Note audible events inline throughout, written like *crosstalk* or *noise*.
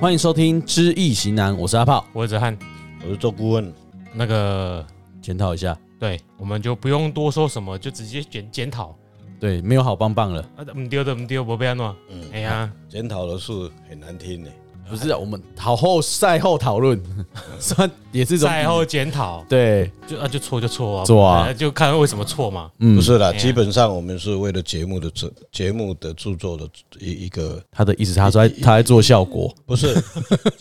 欢迎收听《知易行难》，我是阿炮，我是子翰。我是做顾问，那个，检讨一下，对，我们就不用多说什么，就直接检检讨。对，没有好棒棒了，啊，唔丢的唔丢，不被安诺。嗯哎呀，检讨的事很难听呢。不是啊、我们好后赛后讨论， *laughs* 算也是一种赛后检讨，对，就啊就错就错啊，错啊哎就看为什么错嘛。嗯，不是啦，哎呀基本上我们是为了节目的制节目的制作的一一个，他的意思，他说他在做效果，*laughs* 不是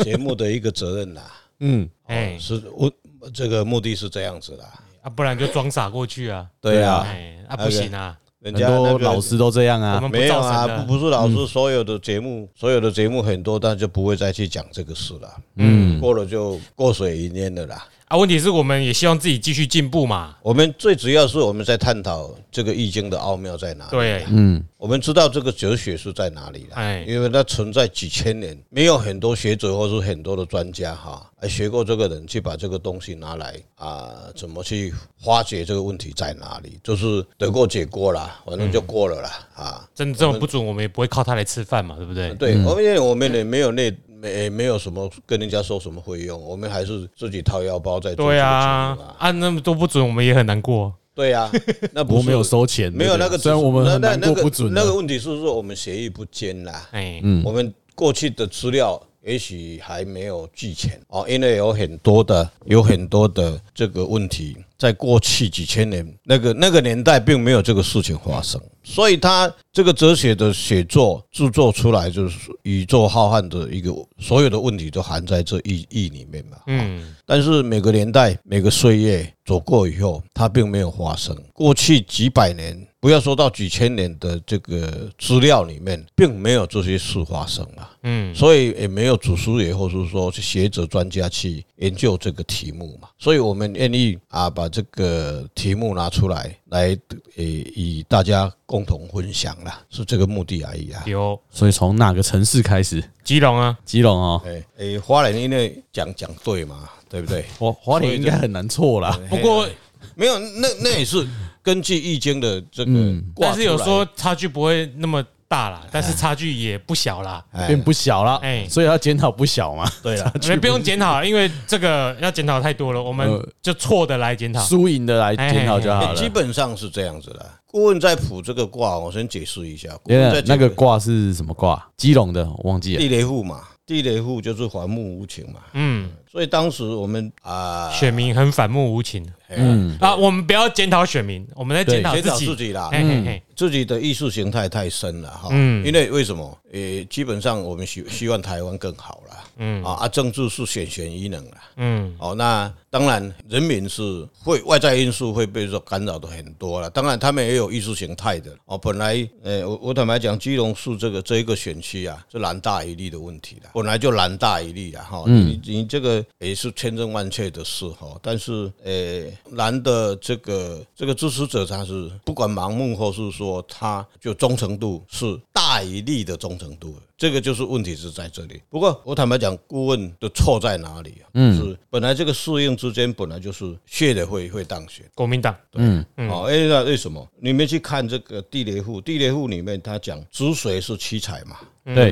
节目的一个责任啦。嗯，哎，是我这个目的是这样子啦。啊，不然就装傻过去啊。对啊，哎，啊不行啊，人很家那多个老师都嗯这样我啊，们不没有造成啊，的。不不是老师，所有的节目，所有的节目很多，但就不会再去讲这个事了。嗯，过了就过水云烟的啦。啊，问题是我们也希望自己继续进步嘛。我们最主要是我们在探讨这个易经的奥妙在哪里。对，嗯，我们知道这个哲学是在哪里了，哎因为它存在几千年，没有很多学者或是很多的专家哈，哎学过这个人去把这个东西拿来啊，怎么去化解这个问题在哪里，就是得过且过啦，反正就过了啦啊。真的这种不准，我们也不会靠它来吃饭嘛，对不对？对，嗯我们因为我们也没有那没没有什么跟人家收什么费用，我们还是自己掏腰包在做对啊啊，，啊那么多不准，我们也很难过。*laughs* 对啊，那不我是没有收钱，没有那个，虽然我们很那难那过那个不准啊，那个问题是说我们协议不坚啦，哎，我们过去的资料也许还没有俱全哦，因为有很多的有很多的这个问题，在过去几千年那个那个年代并没有这个事情发生，所以他这个哲学的写作制作出来就是宇宙浩瀚的一个所有的问题都含在这一义里面嘛。嗯，但是每个年代、每个岁月走过以后，它并没有发生。过去几百年，不要说到几千年的这个资料里面，并没有这些事发生啊。嗯，所以也没有祖师爷或是说学者专家去研究这个题目嘛。所以我们愿意啊，把这个题目拿出来，来呃与大家共同分享啦，是这个目的而已啊。有所以从哪个城市开始？基隆啊，基隆哦，哎哎，花莲因为讲讲对嘛，对不对？华华哎所联以应就该很难错啦，不过哎没有，那那也是根据易经的这个嗯卦出来，但是有说差距不会那么大啦，但是差距也不小啦。哎变不小啦，哎所以要检讨不小嘛，对了，你们不用检讨，因为这个要检讨太多了，我们呃就错的来检讨。输赢的来检讨就好哎基了。本上是这样子的。顾问在卜这个卦，我先解释 *laughs* 一下。顾因问为在啊那个解卦是什么卦？基隆的，我忘记了。地雷户嘛，地雷户就是还木无情嘛，嗯，所以当时我们啊，选民很反目无情嗯，啊，我们不要检讨选民，我们在检讨检自讨自己。己啦，嘿嘿嘿，自己的意识形态太深了哈。嗯因为为什么？呃，基本上我们希希望台湾更好啦。嗯啊啊，政治是选贤与能啦。嗯，哦，那当然，人民是会外在因素会被说干扰的很多了。当然，他们也有意识形态的哦。本来，呃、我我坦白讲，基隆市这个这一个选区啊，是南大一例的问题啦，本来就南大一例啦哈。你你这个也是千真万确的事哈。但是，呃，蓝的这个这个支持者他是不管盲目或是说他就忠诚度是大于利的忠诚度的，这个就是问题是在这里。不过我坦白讲，顾问的错在哪里啊？嗯，是本来这个适应之间本来就是血的会会当选。国民党嗯，哦，哎，那为什么？你们去看这个地雷户，地雷户里面他讲子水是七彩嘛，对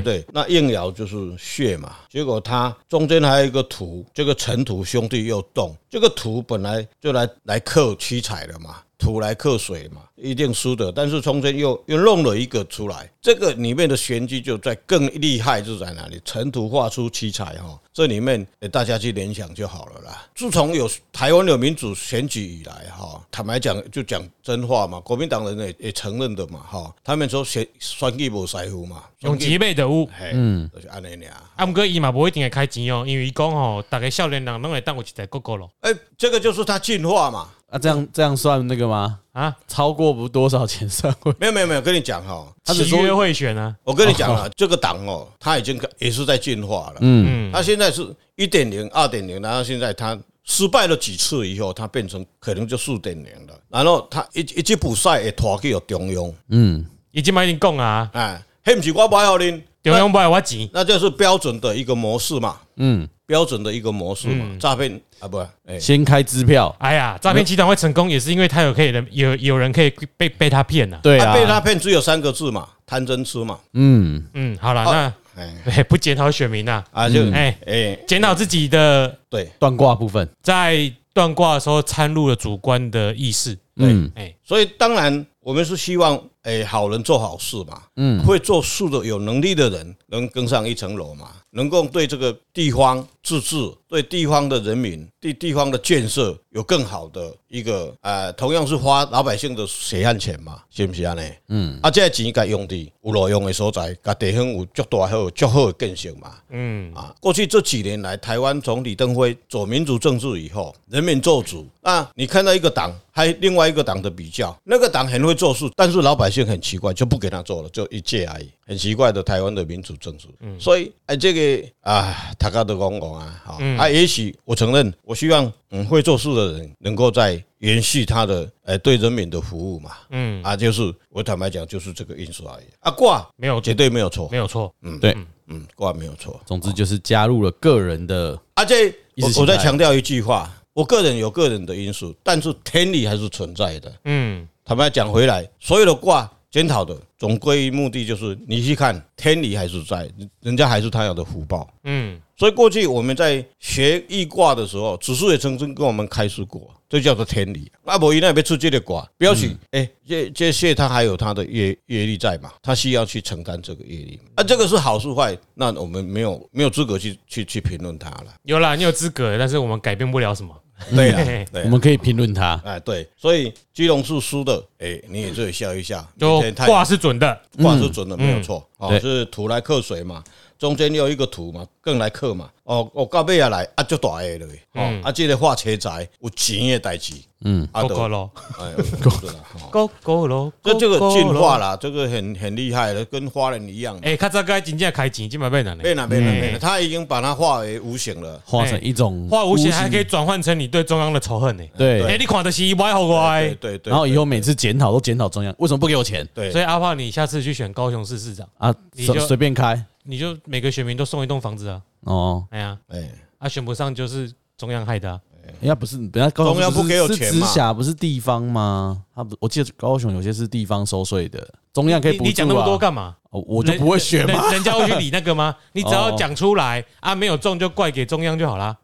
对不，对？那应爻就是血嘛，结果它中间还有一个土，这个辰土兄弟又动，这个土本来就来来克七彩了嘛，土来克水嘛，一定输的。但是中间又又弄了一个出来，这个里面的玄机就在更厉害，就在哪里？辰土化出七彩哈、这里面呃大家去联想就好了啦。自从有台湾有民主选举以来哈、坦白讲就讲真话嘛，国民党人也也承认的嘛哈、他们说选选举无师乎嘛，用几倍的污。嘿，嗯，就是安尼尔。啊，毋过伊嘛无一定会开钱哦，因为伊讲吼，逐个少年人拢会当有一台哥哥咯哎、这个就是它进化嘛。啊，这样这样算那个吗？啊，超过不多少钱算会？没有没有没有，跟你讲哈，他只契说约会选啊，我跟你讲啊，这个党哦，它已经也是在进化了。嗯嗯，它现在是一点零、二点零，然后现在它失败了几次以后，它变成可能就四点零了。然后它一一级补赛也拖去有中央，嗯，伊即摆已经讲啊，哎，迄不是我买好恁，中央不爱我钱，那就是标准的一个模式嘛，嗯，标准的一个模式嘛，诈骗啊不，哎，先开支票，哎呀，诈骗集团会成功，也是因为他有可以人有有人可以被被他骗呐、对啊被啊，他骗只有三个字嘛，贪嗔痴嘛。嗯，嗯，好了，那哎对，不检讨选民呐、啊，就哎哎，检讨自己的对，断卦部分，在断卦的时候掺入了主观的意识，嗯哎，所以当然我们是希望哎好人做好事嘛，嗯，会做事的有能力的人能更上一层楼嘛，能够对这个地方自治、对地方的人民、对地方的建设有更好的一个呃，同样是花老百姓的血汗钱嘛，是不是安尼？嗯，啊，这个钱该用的有路用的所在，甲地方有足大好、足好的建设嘛。嗯，啊，过去这几年来，台湾从李登辉走民主政治以后，人民做主。那你看到一个党还另外一个党的比较，那个党很会做事，但是老百姓很奇怪，就不给他做了，就一届而已。很奇怪的台湾的民主政治。所以哎，这个啊，大家都讲讲啊，好、啊，也许我承认，我希望嗯会做事的人能够在延续他的呃对人民的服务嘛。嗯，啊，就是我坦白讲，就是这个因素而已。啊，挂没有绝对没有错没，有错，对，嗯，挂没有错。总之就是加入了个人的，而且意啊我识形态我再强调一句话，我个人有个人的因素，但是天理还是存在的。嗯，坦白讲回来，所有的卦检讨的总归目的就是你去看天理还是在，人家还是他有的福报。嗯，所以过去我们在学易卦的时候，子树也曾经跟我们开示过，这叫做天理。啊那伯一那边出这个卦，表示嗯哎、这这谢他还有他的业业力在嘛，他需要去承担这个业力。啊，这个是好是坏，那我们没有没有资格去去去评论它了。有啦，你有资格，但是我们改变不了什么，对啦嘿嘿，对我。们可以评论他，哎，对，所以基隆是输的，哎，你也是笑一下，就明天嗯太卦是准的，卦是准的，没有错，哦，对是土来克水嘛，中间又一个土嘛，更来克嘛，哦，哦，到尾啊来啊，就大下落去，哦，啊，这个化车财有钱的代志，嗯，啊，勾就勾咯，哎，对啦，哦勾勾咯，这这个勾勾咯进化，啦，这个很很厉害的，跟花人一样，哎，卡扎该真正开钱，今晚被难嘞，变了变了变了，他已经把它化为无形了，化成一种化无无形形还可以转换成你对中央的仇恨呢，哎，对，你看的是歪好对歪，对对，然后以后每次检讨都检讨中央，为什么不给我钱对，所以阿炮，你下次去选高雄市市长，啊？你就随随便开你就每个选民都送一栋房子啊，哦，哎呀，哎，啊，选不上就是中央害的啊，人家不是人家高雄中央不是给我是钱直嘛辖不是地方吗？他不，我记得高雄有些是地方收税的，中央可以你补你讲那助么多啊。干嘛？哦我就不会选嘛，人人家会去理那个 *laughs* 吗？你只要讲出来啊，没有中就怪给中央就好啦。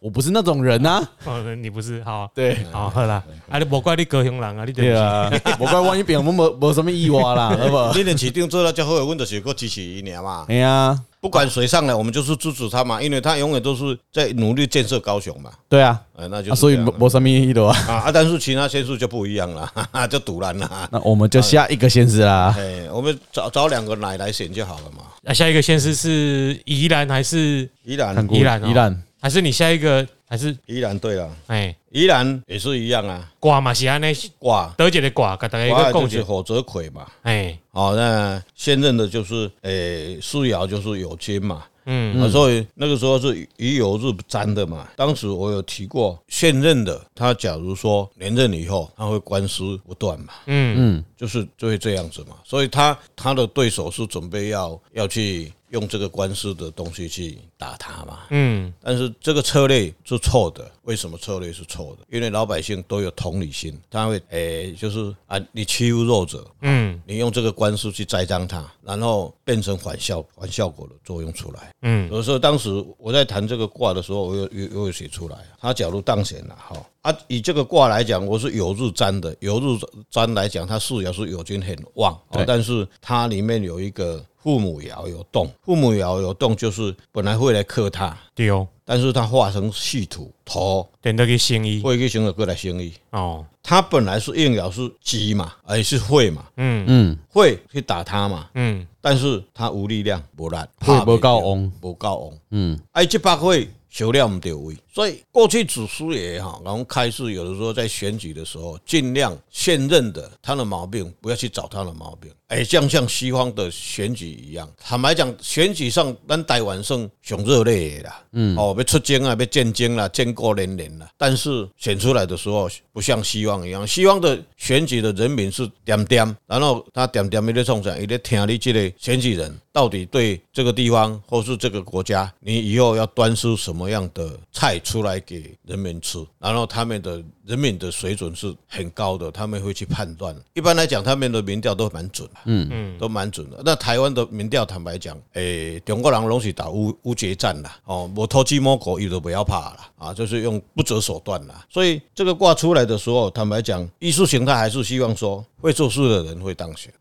我不是那种人啊。 *laughs* 哦，你不是好对好喝啦， *laughs* 啊，你莫怪你高雄人啊，你对对啊，啊，我怪万一别人没没什么意外啦，对不？你的市长做到较好，阮就是个支持伊尔嘛。哎呀，不管谁上来，我们就是支持他嘛，因为他永远都是在努力建设高雄嘛。对啊，呃，那就啊是所以这样没没什么意义啊。啊啊，但是其他县市就不一样了， *laughs* 哈哈，就堵然了。那我们就下一个先是啦。哎，我们找找两个奶来选就好了嘛。啊，下一个县市是宜兰还是宜兰看，过宜兰哦宜兰，还是你下一个还是宜兰对了，哎宜兰也是一样啊，挂嘛是安尼挂德姐的挂，给大家一挂个的就共是解，火泽葵嘛。哎哦，那现任的就是诶，世尧就是有金嘛。嗯啊，所以那个时候是鱼油是沾的嘛。当时我有提过，现任的他假如说连任以后，他会官司不断嘛，嗯就是就会这样子嘛。所以他他的对手是准备要要去用这个官司的东西去打他嘛。嗯但是这个策略是错的，为什么策略是错的？因为老百姓都有同理心，他会诶、就是啊，你欺负弱者，嗯你用这个官司去栽赃他，然后变成反效反效果的作用出来。嗯，有时候当时我在谈这个卦的时候，我有有有有写出来，他假如当选了哈啊，以这个卦来讲，我是有日占的，有日占来讲，它四爻是有金很旺，哦对但是它里面有一个父母爻有动，父母爻有动就是本来会来克他，对哦，但是它化成细土头，等到去新衣会去形成过来生意。哦，它本来是应爻是鸡嘛，哎是会嘛，嗯嗯，会去打它嘛，嗯但是它无力量，无力，会不够旺，无够旺。嗯，哎，这把会修了唔对位，所以过去祖师爷哈，然后开始有的时候在选举的时候，尽量现任的他的毛病不要去找他的毛病，哎，像像西方的选举一样，坦白讲，选举上咱台湾算上热烈的啦，嗯，哦，要出征啊，要战争啦，建国连连啦，但是选出来的时候不像西方一样，西方的选举的人民是点点，然后他点点一在冲啥，一在听你这个选举人到底对这个地方或是这个国家，你以后要端出什么么样的菜出来给人民吃，然后他们的人民的水准是很高的，他们会去判断。一般来讲，他们的民调都蛮准，嗯嗯，都蛮准的。那台湾的民调，坦白讲，诶、中国人拢是打乌乌决战啦，哦，我偷鸡摸狗，伊都不要怕啦，啊，就是用不择手段啦。所以这个卦出来的时候，坦白讲，意识形态还是希望说会做事的人会当选。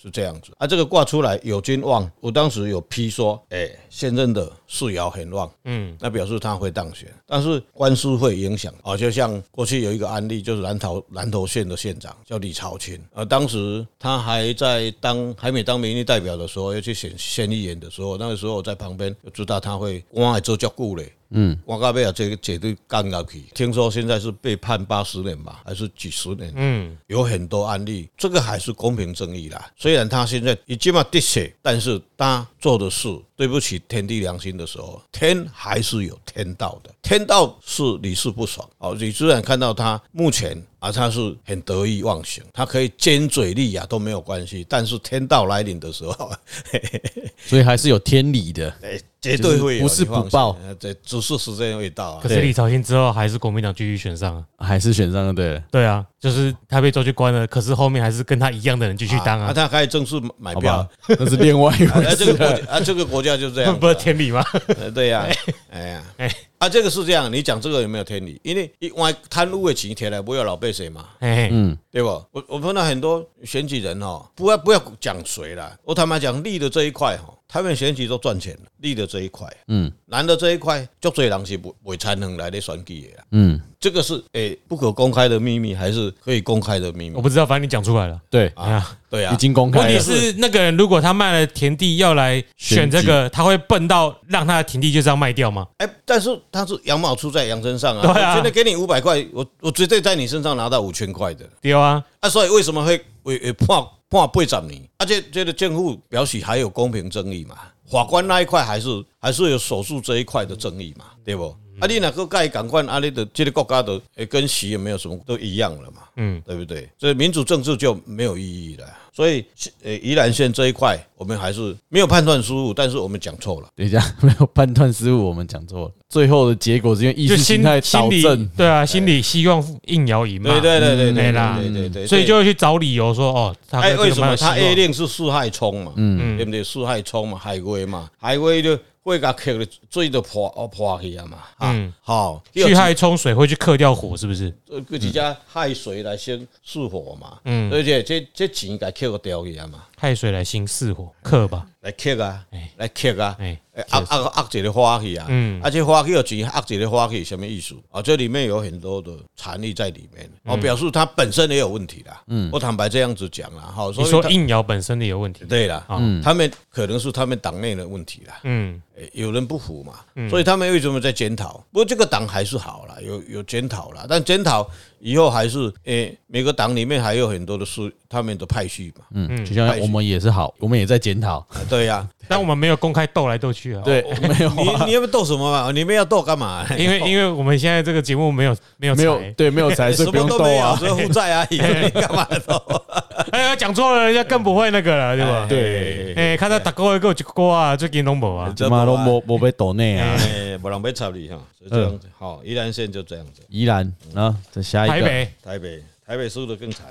是这样子啊。这个卦出来有金旺，我当时有批说，哎、现任的世爻很旺，嗯，那表示他会当选，但是官司会影响啊。就像过去有一个案例，就是南投南投县的县长叫李朝清，呃，当时他还在当还没当民意代表的时候，要去选县议员的时候，那个时候我在旁边就知道他会官还做较久嘞。嗯，我到尾啊，这个这对干下去，听说现在是被判八十年吧，还是几十年？嗯，有很多案例，这个还是公平正义啦。虽然他现在已经嘛滴血，但是他做的事对不起天地良心的时候，天还是有天道的，天道是屡试不爽哦。你虽然看到他目前啊，他是很得意忘形，他可以尖嘴利牙都没有关系，但是天道来临的时候， *laughs* 所以还是有天理的。哎，绝对会就是有你不是放不报心呃这只是时间未到啊可。是李朝清之后还是国民党继续选上啊。还是选上了对了，对啊，就是他被抓去关了，可是后面还是跟他一样的人继续当啊啊，他开始正式买好票吧。，那是另外一 *laughs* 啊，回这个事国了。家啊，这个国家就这那 *laughs* 样不子是啊，天理吗？呃对呀，哎呀，啊，这个是这样，你讲这个有没有天理？因为一万贪污的钱摕来不要老被谁嘛，哎，嗯，对不？我我碰到很多选举人哦，不要不要讲谁啦，我坦白讲利的这一块哈，他们选举都赚钱了，利的这一块，嗯，难的这一块，足多人是不为参能来的选举的啦，啊嗯，这个是诶、不可公开的秘密，还是可以公开的秘密我？不知道，反正你讲出来了。 *laughs* 哎对，啊，对啊已，经公问开题了。是那个人如果他卖了田地要来选这个，他会笨到让他的田地就这样卖掉吗？哎、但是他是羊毛出在羊身上啊！对啊我觉得给你五百块，我我绝对在你身上拿到五千块的对啊，啊！所以为什么会会会判判八十年？而且这个政府表示还有公平正义嘛，法官那一块还是还是有手术这一块的正义嘛，对不？嗯啊，你哪个盖赶快啊？你的这个国家的诶跟习也没有什么都一样了嘛，嗯，对不对？所以民主政治就没有意义了。所以呃，宜兰县这一块我们还是没有判断失误，但是我们讲错了。等一下，没有判断失误，我们讲错了。最后的结果是因为意就识心形态心导里正，对啊，心里希望应摇赢嘛，对对对对嗯没对啦对对对，所以就会去找理由说哦，他跟哎，这个为什蛮有么他希望 A 令是四害冲嘛？嗯，对不对？四害冲嘛，海龟嘛，海龟就会甲克的水就破哦破去啊嘛。嗯，好，去害冲水会去克掉火，是不是？佮一家害水来先释火嘛。嗯，而且这这钱甲克个掉去啊嘛，害水来兴四火，克吧。来克啊，来克啊，哎哎，压压压一个花去啊。嗯，啊，这花去的钱压一个花去，什么意思？啊，这里面有很多的禅意在里面。哦，表示它本身也有问题啦。嗯，我坦白这样子讲啦，好，所你以说它应爻本身的有问题，对啦，哦嗯他们可能是他们党内的问题啦。嗯，欸有人不服嘛，所以他们为什么在检讨？不过这个党还是好啦，有有检讨啦，但检讨以后还是诶、每个党里面还有很多的是他们的派系嘛，嗯，就像我们也是好，我们也在检讨。啊对 *laughs* 呀、但我们没有公开斗来斗去啊，对，没有你啊你要不斗什么嘛？你们要斗干嘛？因为因为我们现在这个节目没有没有没有才对没有才，所什以不么用都斗没有，啊只。有负债而 *laughs* 已，你干嘛斗？哎呀，讲错了，人家更不会那个了，对吧？对哎，看到打勾一个就勾啊，最近拢无啊，他妈都没没被抖内啊！ *laughs* 哎，不让被插你哈，就这样子。好，宜兰县就这样子，宜兰，然后再哎下一台个，北台北台北输的更惨。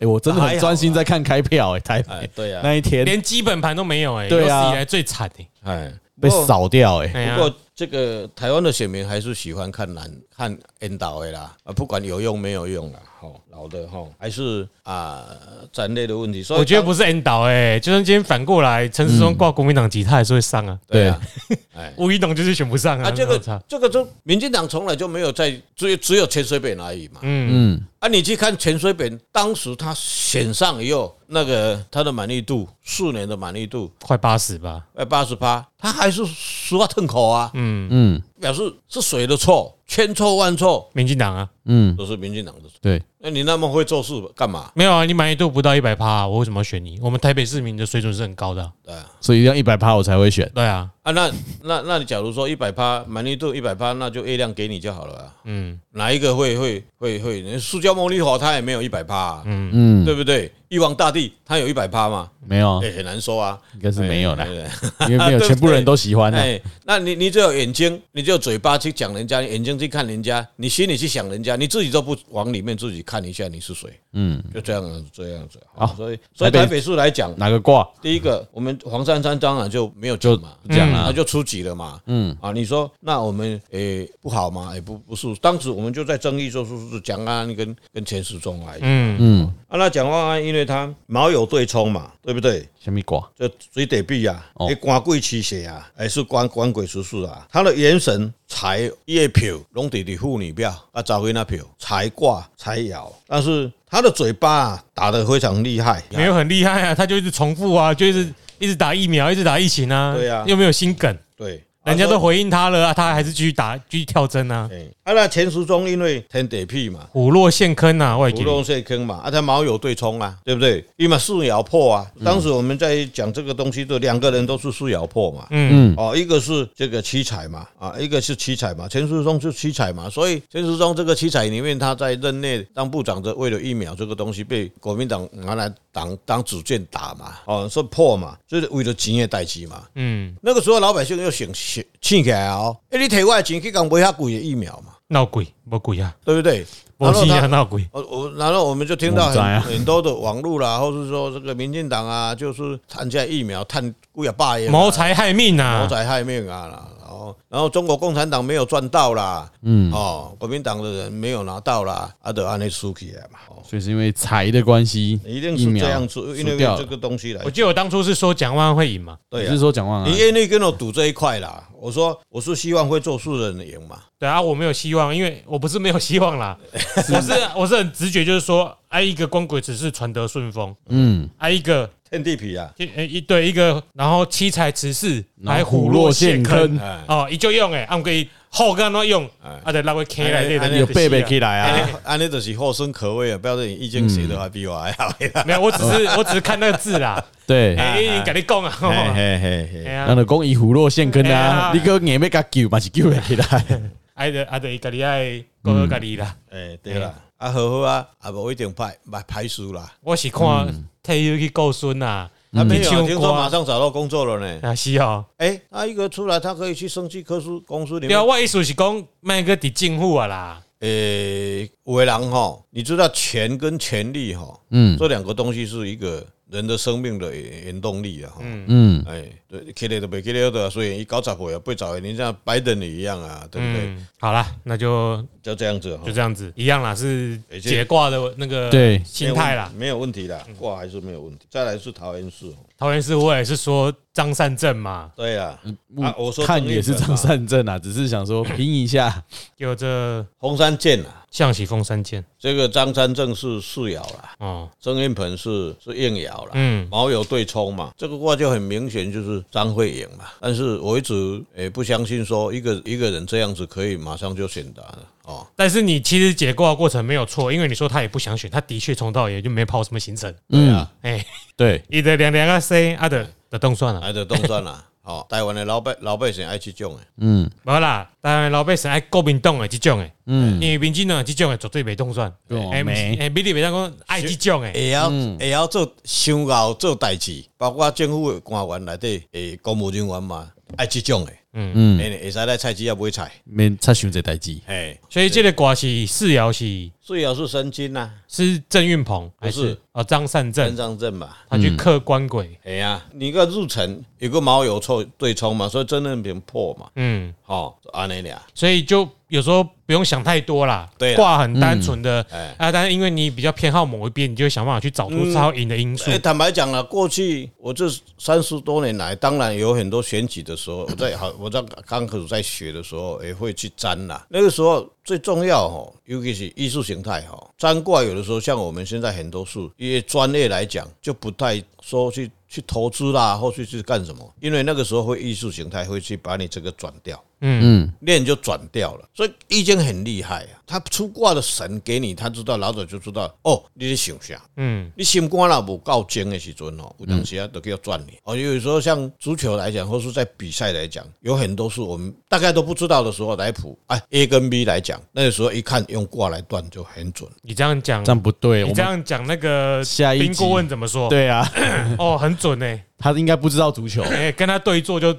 哎，我真的很专心在看开票，哎，台啊哎北，对呀、那一天连基本盘都没有，哎，有史对以啊来最惨哎哎，被不过扫掉，哎，哎呀不。过这个台湾的选民还是喜欢看蓝看 N 岛的啦，啊，不管有用没有用啦，啊吼，老的吼，还是啊战略的问题，所以我觉得当不是 N 导哎，就算今天反过来，陈时中挂国民党籍，他还是会上啊。对啊，吴怡农就是选不上啊。*laughs* 啊这那我个操这个就民进党从来就没有在只只有潜水扁而已嘛，嗯，嗯，啊，你去看潜水扁当时他选上以后，那个他的满意度四年的满意度快八十吧。呃八十八，他还是说话吞口啊，嗯，嗯表示是谁的错，千错万错民进党啊，嗯，都是民进党的错，对，那你那么会做事干嘛？没有啊，你满意度不到一百趴，我为什么要选你？我们台北市民的水准是很高的啊。对啊。所以要一百趴我才会选。对啊，啊，那那那你假如说一百趴满意度一百趴，那就月亮给你就好了、啊。啊嗯，哪一个会会会会？塑胶茉莉花它也没有一百趴，嗯嗯，对不对？玉皇大帝他有一百趴嘛，没有啊哎、，很难说啊，应该是没有啦 *laughs* 哎，对因为没有 *laughs* 对不对全部人都喜欢啊。哎，那你你只有眼睛，你只有嘴巴去讲人家，眼睛去看人家，你心里去想人家，你自己都不往里面自己看一下你是谁，嗯，就这样这样子。好所以所以台北台北市来讲，哪个卦？第一个，我们黄珊珊当然就没有救嘛，嗯这样啦啊那就出局了嘛。嗯啊，你说那我们诶、不好吗？也、不不是，当时我们就在争议，就是是蒋安安跟跟钱时中来。嗯，嗯，啊，那蒋万安因为他毛有对冲嘛，对不对？什么卦？这水得避啊，哦诶，官贵驱邪啊，还是官官鬼叔叔啊？他的元神财叶票，拢得的妇女票啊，找回那票财卦财爻，但是他的嘴巴啊打得非常厉害，没有很厉害啊，他就一直重复啊，就一直一直打疫苗，一直打疫情啊，对啊又没有新梗，对，人家啊所以都回应他了啊，他还是继续打，继续跳针啊，哎，啊，那钱书中因为天地痞嘛，虎落陷坑啊，外不景，弄这坑嘛，啊，他毛有对冲啊，对不对？因为四爻破啊，当时我们在讲这个东西的，两个人都是四爻破嘛。嗯，哦，一个是这个七彩嘛，啊，一个是七彩嘛，钱书中是七彩嘛，所以钱书中这个七彩里面，他在任内当部长的，为了疫苗这个东西被国民党拿来当当主箭打嘛，哦，说破嘛，就是为了钱的代志嘛。嗯，那个时候老百姓又醒醒醒起来哦，哎、你摕我的钱去讲买遐贵的疫苗嘛，闹鬼，没鬼啊，对不对？我然后心他啊闹鬼，我我然后我们就听到我不知道很啊很多的网络啦，或是说这个民进党啊，就是谈价疫苗，谈贵啊霸业，谋财害命谋啊，财害命啊啦。然后然后中国共产党没有赚到啦，嗯，哦，国民党的人没有拿到啦，啊，得按那输起来嘛，哦，所以是因为财的关系，一定疫是苗这样子，因为输掉这个了。东西来我，记得我当初是说蒋万安会赢嘛，你对啊是，说蒋万你安？愿意跟我赌这一块啦？我说我是希望会做事的人赢嘛，对啊，我没有希望，因为我不是没有希望啦，我是我是很直觉，就是说，哎，一个光鬼只是传得顺风，嗯，哎，一个天地痞啊，一哎一对一个，然后七彩持世，然还后虎虎落落陷陷坑坑， *laughs* 哎哦，伊就用诶，按伊好干哪用，啊，得拉个坑来对哎的，有贝贝起来啊，啊，安尼就是后生可畏啊，不要说你意见嗯写的还比我还好，没有，我只是我只是看那个字啦，对，哎，已经跟你讲啊，吼嘿嘿嘿嘿哎。咱呀，就讲伊虎落陷坑哎呀啊，你个硬要甲救，嘛是救袂起 *laughs* 来。哎得啊得，家己爱各个家己啦，哎、对啦，啊，好好啊，啊，无一定排排排除啦。我是看退休去顾孙啦，他没有啊去唱听说歌马上找到工作了呢。啊是哦。哎、他一个出来，他可以去生技科书公司里对面啊，。我的意思是讲，卖个伫政府啊啦，呃、有的人哈，你知道钱跟权力哈，嗯这两个东西是一个人的生命的原动力啊。嗯，嗯，哎，对，起来都没起来的，所以一搞砸回啊，被找你像白等你一样啊，对不对？嗯，好啦，那就就这样子啊哈就，这样子，一样啦，是哎这解挂的那个对心态啦。嗯没有问题啦，挂还是没有问题。再来是桃园市哦，桃园市我也是说张善政嘛，对呀、嗯啊，我说看郑也运是鹏张啊善政啊，只是想说拼一下。有这红山剑啊。象棋风三剑这个张三正是四爻啦，哦，郑运鹏是是应爻啦，嗯，毛有对冲嘛，这个卦就很明显就是张会赢嘛。但是我一直也不相信说一个一个人这样子可以马上就选答的哦。但是你其实解挂过程没有错，因为你说他也不想选，他的确从头到尾就没跑什么行程，嗯，哎，对，你的两两个 C 啊的的动算了，还得动算啦， *laughs* 哦，台湾的老百老百姓爱去种诶，嗯无啦，当然老百姓爱国民党的这种的，因嗯，为民进党的这种的绝对没动算，对哦哎没哎，比你别当讲爱这种的，会晓会晓做想熬做代志，包括政府的官员内底诶，公务人员嘛爱去种诶，嗯，会使来菜市啊买菜，免插想这代志。嘿，所以这个卦是四爻是四爻是申金呐，是郑运鹏还不是是哦张善三政？张正嘛。他去克官鬼，哎呀、你个入城有个毛有错对冲嘛，所以真正平破嘛，嗯，哦，安尼俩，所以就有时候不用想太多啦，对啦卦很单纯的哎啊，但是因为你比较偏好某一边，你就会想办法去找出超赢的因素哎、。坦白讲了，过去我这三十多年来，当然有很多选举的时候，我在好，我在刚开始在学的时候，也会去占啦。那个时候最重要哦，尤其是艺术形态哈，占卦有的时候像我们现在很多术，因为专业来讲，就不太说去去投资啦，或是去干什么，因为那个时候会艺术形态会去把你这个转掉。嗯练就转掉了。所以易经很厉害啊，他出卦的神给你，他知道老早就知道哦，你在想啥。嗯，你心肝若无够精的时阵哦，有当时啊都叫转你。哦，有时候像足球来讲，或是在比赛来讲，有很多是我们大概都不知道的时候来谱。哎，A 跟 B 来讲，那个时候一看用卦来断就很准。你这样讲这，样不对。我你这们样讲，那个下一集冰顾问怎么说？对啊，哦，很准呢。 *laughs* 他应该不知道足球，哎，跟他对坐就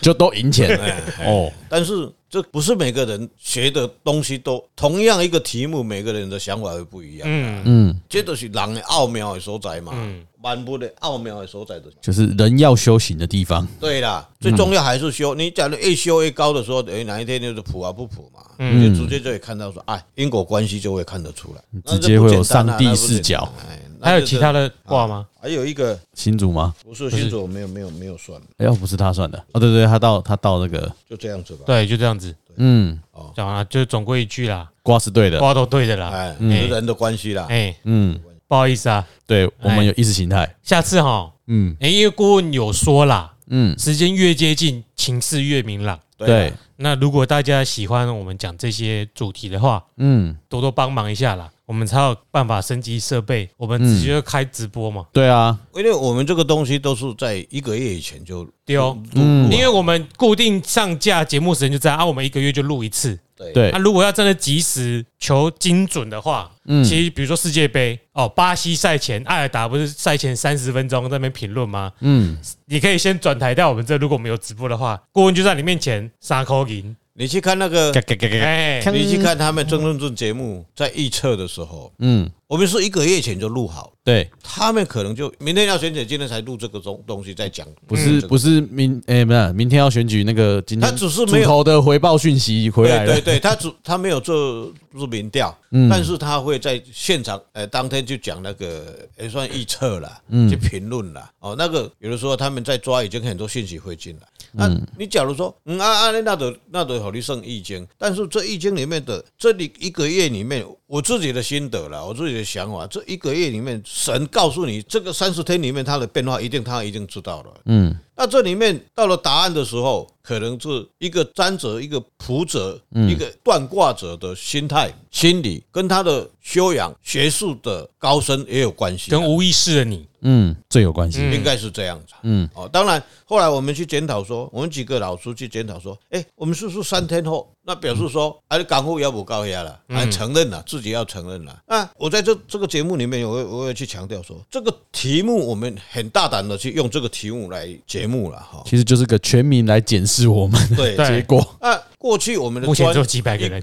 就都赢 *laughs* 钱哦。但是这不是每个人学的东西都同样一个题目，每个人的想法会不一样。嗯嗯，这都是人的奥妙的所在嘛嗯，万物的奥妙的所在就是。就是人要修行的地方。对啦，嗯最重要还是修。你假如越修越高的时候，等于哪一天就是普啊不普嘛，嗯你就直接就会看到说，哎，因果关系就会看得出来，那嗯直这接不会有简单上啊帝那不简视角单哎那还有就是其他的卦吗？还有一个新竹吗？不是星座，没有没有没有算，哎呦，不是他算的哦，对对，他到他到那个，就这样子吧。对，就这样子嗯，讲啊，就总归一句啦，瓜是对的，话都对的啊啦。哎，人人的关系啦，哎，嗯，不好意思啊，对我们有意识形态，下次哈，嗯哎，因为顾问有说啦，嗯，时间越接近，情势越明朗。对啦，，那如果大家喜欢我们讲这些主题的话，嗯，多多帮忙一下啦，我们才有办法升级设备。我们直接开直播嘛，对啊，因为我们这个东西都是在一个月以前就对哦，嗯因为我们固定上架节目时间就这样啊，我们一个月就录一次。对对那、，如果要真的及时求精准的话，嗯其实比如说世界杯哦，巴西赛前，艾尔达不是赛前三十分钟在那边评论吗？嗯，你可以先转台到我们这，如果我们有直播的话，顾问就在你面前杀扣赢，你去看那个嘎嘎嘎嘎，哎，锵你去看他们争论论节目，在预测的时候，嗯，我们是一个月前就录好，对，他们可能就明天要选举，今天才录这个东东西再讲，嗯嗯不是不是，是明哎，不是明天要选举那个，今天他只是没有猪头的回报讯息回来了嗯对对，对，他只他没有做做民调，但是他会在现场，呃，当天就讲那个也算预测了，嗯去评论了，哦，那个有的时候他们在抓已经很多信息会进来，那你假如说，嗯啊啊，那得那得考虑剩易经，但是这易经里面的这里一个月里面，我自己的心得了，我自己的想法，这一个月里面，神告诉你这个三十天里面它的变化，一定他一定知道了。嗯，那这里面到了答案的时候，可能是一个占者、一个卜者、一个断卦者的心态、心理，跟他的修养、学术的高深也有关系啊、跟无意识的你，嗯，最有关系，应该是这样子。嗯，哦，当然，后来我们去检讨说，我们几个老师去检讨说，哎，我们是不是三天后？那表示说，哎，港府要不高压了，哎，承认了，自己要承认了。那我在这这个节目里面，我会我也去强调说，这个题目我们很大胆的去用这个题目来节目了 *laughs* 哈。其实就是个全民来检视我们对的对结果，那啊过去我们的目前专只有几百个人，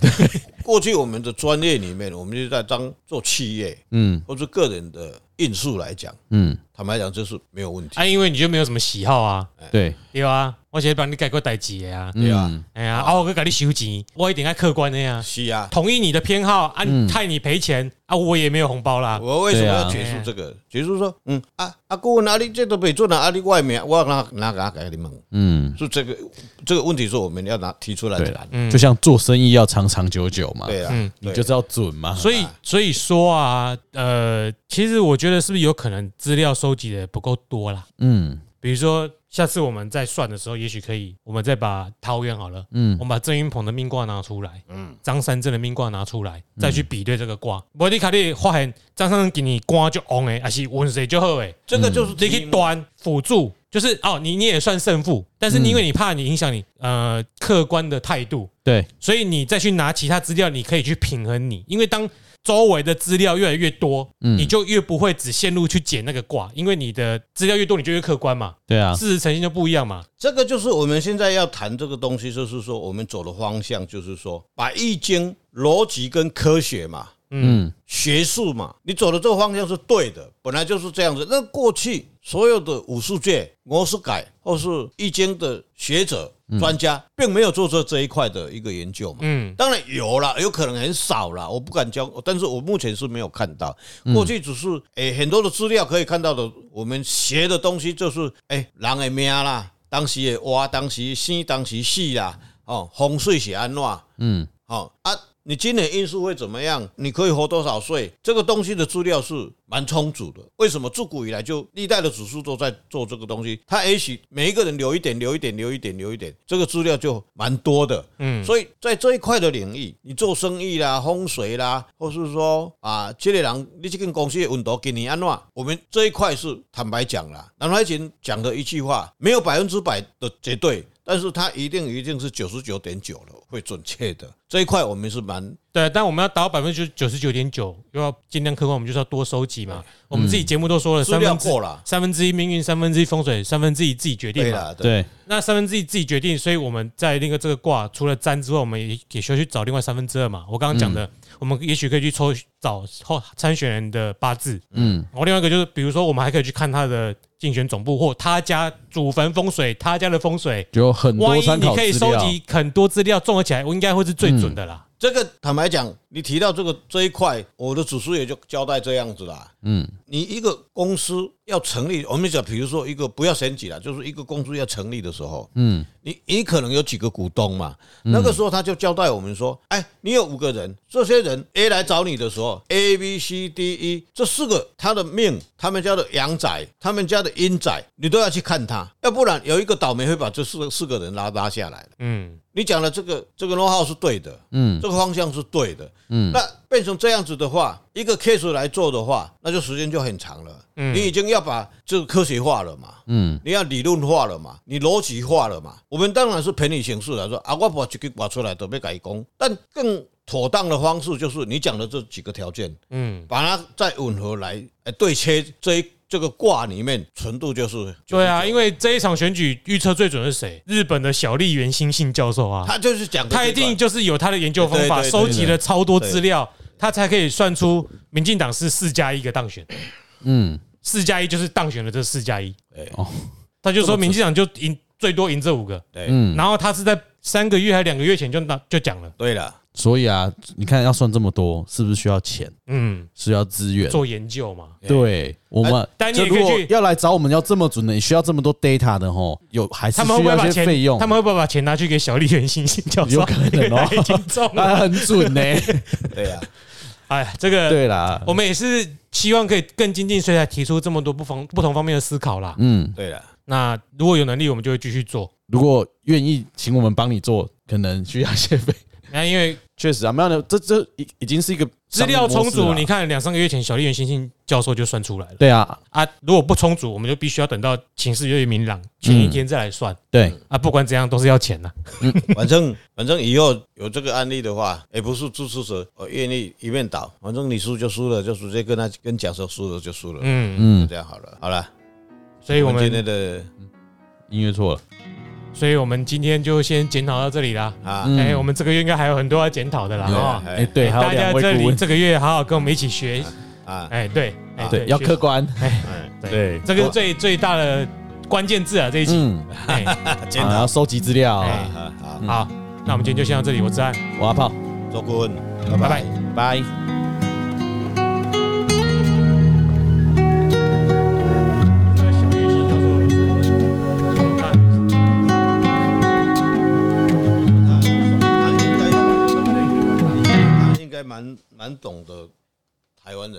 过去我们的专业里面，我们就在当做企业嗯或者个人的因素来讲，嗯，坦白讲这是没有问题， *laughs* 啊，因为你就没有什么喜好啊，对，对啊，我先帮你改过代志的啊，对吧？嗯哎呀，啊，我去给你收钱，我一定要客观的呀、是啊，同意你的偏好啊，嗯你害你赔钱啊，我也没有红包啦。我为什么要解释这哎个？解释说，嗯啊啊，顾问啊，你这都北准啊，啊你外面我哪哪个给你们？嗯，是这个这个问题是我们要拿提出来对的啦，，嗯就像做生意要长长久久嘛，对啊，你对就知道准嘛，所以，所以说啊，呃，其实我觉得是不是有可能资料收集的不够多啦？嗯比如说，下次我们在算的时候，也许可以，我们再把桃园好了，嗯我们把郑云鹏的命卦拿出来，嗯，张三正的命卦拿出来，再去比对这个卦。我你看你发现张三正给你卦就红诶，还是温水就好诶，这个就是你可以短辅助，就是哦，你你也算胜负，但是你因为你怕你影响你呃客观的态度，对，所以你再去拿其他资料，你可以去平衡你，因为当周围的资料越来越多，嗯你嗯就越不会只陷入去解那个卦，因为你的资料越多，你就越客观嘛，对嗯啊，事实呈现就不一样嘛。这个就是我们现在要谈这个东西，就是说我们走的方向，就是说把易经逻辑跟科学嘛，嗯学术嘛，你走的这个方向是对的，本来就是这样子。那过去所有的武术界、魔术改或是易经的学者、专家，并没有做这这一块的一个研究嘛。嗯，当然有啦，有可能很少啦，我不敢讲，但是我目前是没有看到。过去只是诶、很多的资料可以看到的，我们学的东西就是诶、人的命啦，当时的挖，当时生，当时死啦，哦，风水是安怎？嗯哦啊，你今年因素会怎么样？你可以活多少岁？这个东西的资料是蛮充足的。为什么自古以来就历代的指数都在做这个东西？它也许每一个人留一点，留一点，留一点，留一点，这个资料就蛮多的。嗯，所以在这一块的领域，你做生意啦、风水啦，或是说啊，这类人你这间公司的运度给你安怎？我们这一块是坦白讲啦，南怀瑾讲的一句话，没有百分之百的绝对。但是它一定一定是九十九点九了，会准确的这一块我们是蛮对，但我们要达到百分之九十九点九，又要尽量客观，我们就是要多收集嘛。我们自己节目都说了，嗯资三料分之过了，三分之一命运，三分之一风水，三分之一自己决定对嘛。了，对，对，那三分之一自己决定，所以我们在那个这个卦除了占之外，我们也也需要去找另外三分之二嘛。我刚刚讲嗯的，我们也许可以去抽找候参选人的八字，嗯，然后另外一个就是，比如说我们还可以去看他的竞选总部或他家祖坟风水，他家的风水。就有很万多一参你考可以资收料。集很多资料，综合起来，我应该会是最准的啦。这个坦白讲，你提到这个这一块，我的主书也就交代这样子啦。嗯，你一个公司要成立，我们讲，比如说一个不要选举了，就是一个公司要成立的时候，嗯，你你可能有几个股东嘛，那个时候他就交代我们说，哎，你有五个人，这些人 A 来找你的时候，A、B、C、D、E 这四个他的命，他们家的阳宅，他们家的阴宅，你都要去看他，要不然有一个倒霉会把这四四个人拉拉下来的。嗯，你讲的这个这个 know how 是对的，嗯，这个方向是对的，嗯，那变成这样子的话，一个 case 来做的话，那就时间就很长了，嗯，你已经要把这个科学化了嘛，嗯，你要理论化了嘛，你逻辑化了嘛，我们当然是陪你行事来说啊，我把这个挖出来都被改工，但更妥当的方式就是你讲的这几个条件，嗯，把它再吻合来，哎，对切这一这个卦里面纯度就是，对啊，因为这一场选举预测最准是谁？日本的小笠原新信教授啊，他就是讲的他这一定就是有他的研究方法，对对对收集了超多资料，他才可以算出民进党是四加一个当选，嗯，四加一就是当选了这四加一，对哦，他就说民进党就赢最多赢这五个，对嗯然后他是在三个月还两个月前就拿就讲了，对了，所以啊，你看要算这么多，是不是需要钱？嗯，需要资源？做研究嘛，对，我们但你就也可如以果去要来找我们要这么准的，你需要这么多 data 的吼，有还是他们需会不会要一把些钱费用，他们会不会把钱拿去给小笠原新信教授？有可能哦 *laughs* 因为他已经中了， *laughs* 那很准 *laughs* 呢。对啊呀、哎，这个对啦，我们也是希望可以更精进，所以才提出这么多不同不同方面的思考啦。嗯，对了，那如果有能力，我们就会继续做。如果愿意请我们帮你做，可能需要一些费。那因为 *laughs* 确实啊，没有的，这这已已经是一个资料商充业模足，式啊你了看两三个月前小笠原新信教授就算出来了对啊，啊。如果不充足，我们就必须要等到情势越来越明朗前一天再来算对，啊。不管怎样都是要钱呐。 *laughs* 反正反正以后有这个案例的话，也不是支持者，我愿意一面倒，反正你输就输了，就直接跟他跟讲说输了就输了，嗯，就嗯，这样好了，好了，所以我今天们的音乐错了，所以我们今天就先检讨到这里啦。啊，嗯哎，我们这个月应该还有很多要检讨的啦对啊。哎，对，哎还有大家两这位顾里问，这个月好好跟我们一起学。啊，哎，对，哎啊对，要学客观，哎对，这个是最最大的关键字啊，这一集。嗯，哎检啊，讨要，收集资料，哎啊好，好，那我们今天就先到这里，我是安，我阿炮，周顾问，嗯拜拜。拜。啊他应该他应该蛮蛮懂得台湾人。